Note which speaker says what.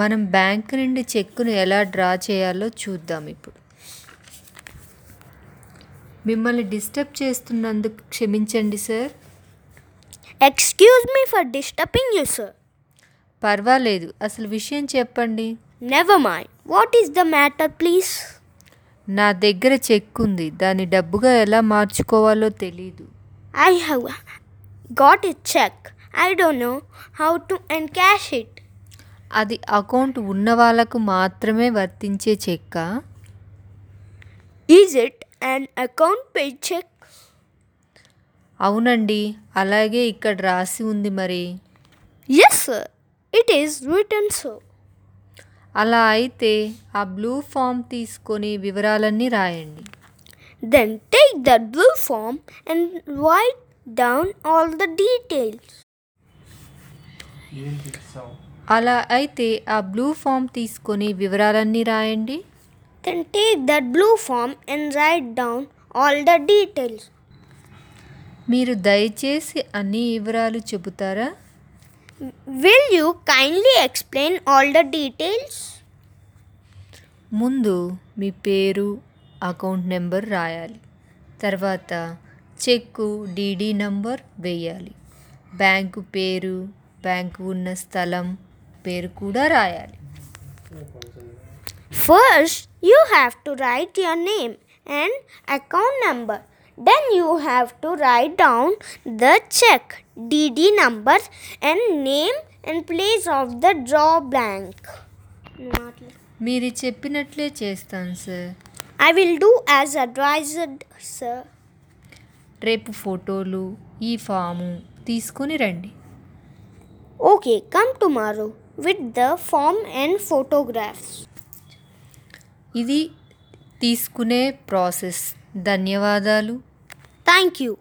Speaker 1: మనం బ్యాంకు నుండి చెక్కును ఎలా డ్రా చేయాలో చూద్దాం ఇప్పుడు మిమ్మల్ని డిస్టర్బ్ చేస్తున్నందుకు క్షమించండి sir
Speaker 2: Excuse me for disturbing you, sir.
Speaker 1: పర్వాలేదు అసలు విషయం చెప్పండి
Speaker 2: Never mind. What is the matter, please?
Speaker 1: నా దగ్గర చెక్ ఉంది దాన్ని డబ్బుగా ఎలా మార్చుకోవాలో తెలీదు
Speaker 2: I have got a check. I don't know how to encash it.
Speaker 1: అది అకౌంట్ ఉన్న వాళ్ళకు మాత్రమే వర్తించే చెక్కా
Speaker 2: Is it an account paid check?
Speaker 1: అవునండి అలాగే ఇక్కడ రాసి ఉంది మరి
Speaker 2: Yes, sir. It is written so.
Speaker 1: అలా అయితే ఆ బ్లూ ఫామ్ తీసుకొని వివరాలన్నీ రాయండి
Speaker 2: Then take that blue form and write down all the details.
Speaker 1: అలా అయితే ఆ బ్లూ ఫామ్ తీసుకొని వివరాలన్నీ రాయండి
Speaker 2: Then take that blue form and write down all the details.
Speaker 1: మీరు దయచేసి అన్ని వివరాలు చెబుతారా
Speaker 2: Will you kindly explain all the details?
Speaker 1: ముందు మీ పేరు అకౌంట్ నెంబర్ రాయాలి తర్వాత చెక్కు డీడీ నంబర్ వేయాలి బ్యాంకు పేరు బ్యాంకు ఉన్న స్థలం పేరు కూడా రాయాలి
Speaker 2: First, you have to write your name and account number. Then you have to write down the check, DD number, and name and place of the draw blank.
Speaker 1: మీరు చెప్పినట్లే చేస్తాను sir
Speaker 2: I will do as advised, sir.
Speaker 1: రేపు ఫోటోలు ఈ form తీసుకొని రండి
Speaker 2: Okay, come tomorrow with the form and photographs.
Speaker 1: ఇది తీసుకునే ప్రాసెస్ ధన్యవాదాలు
Speaker 2: Thank you.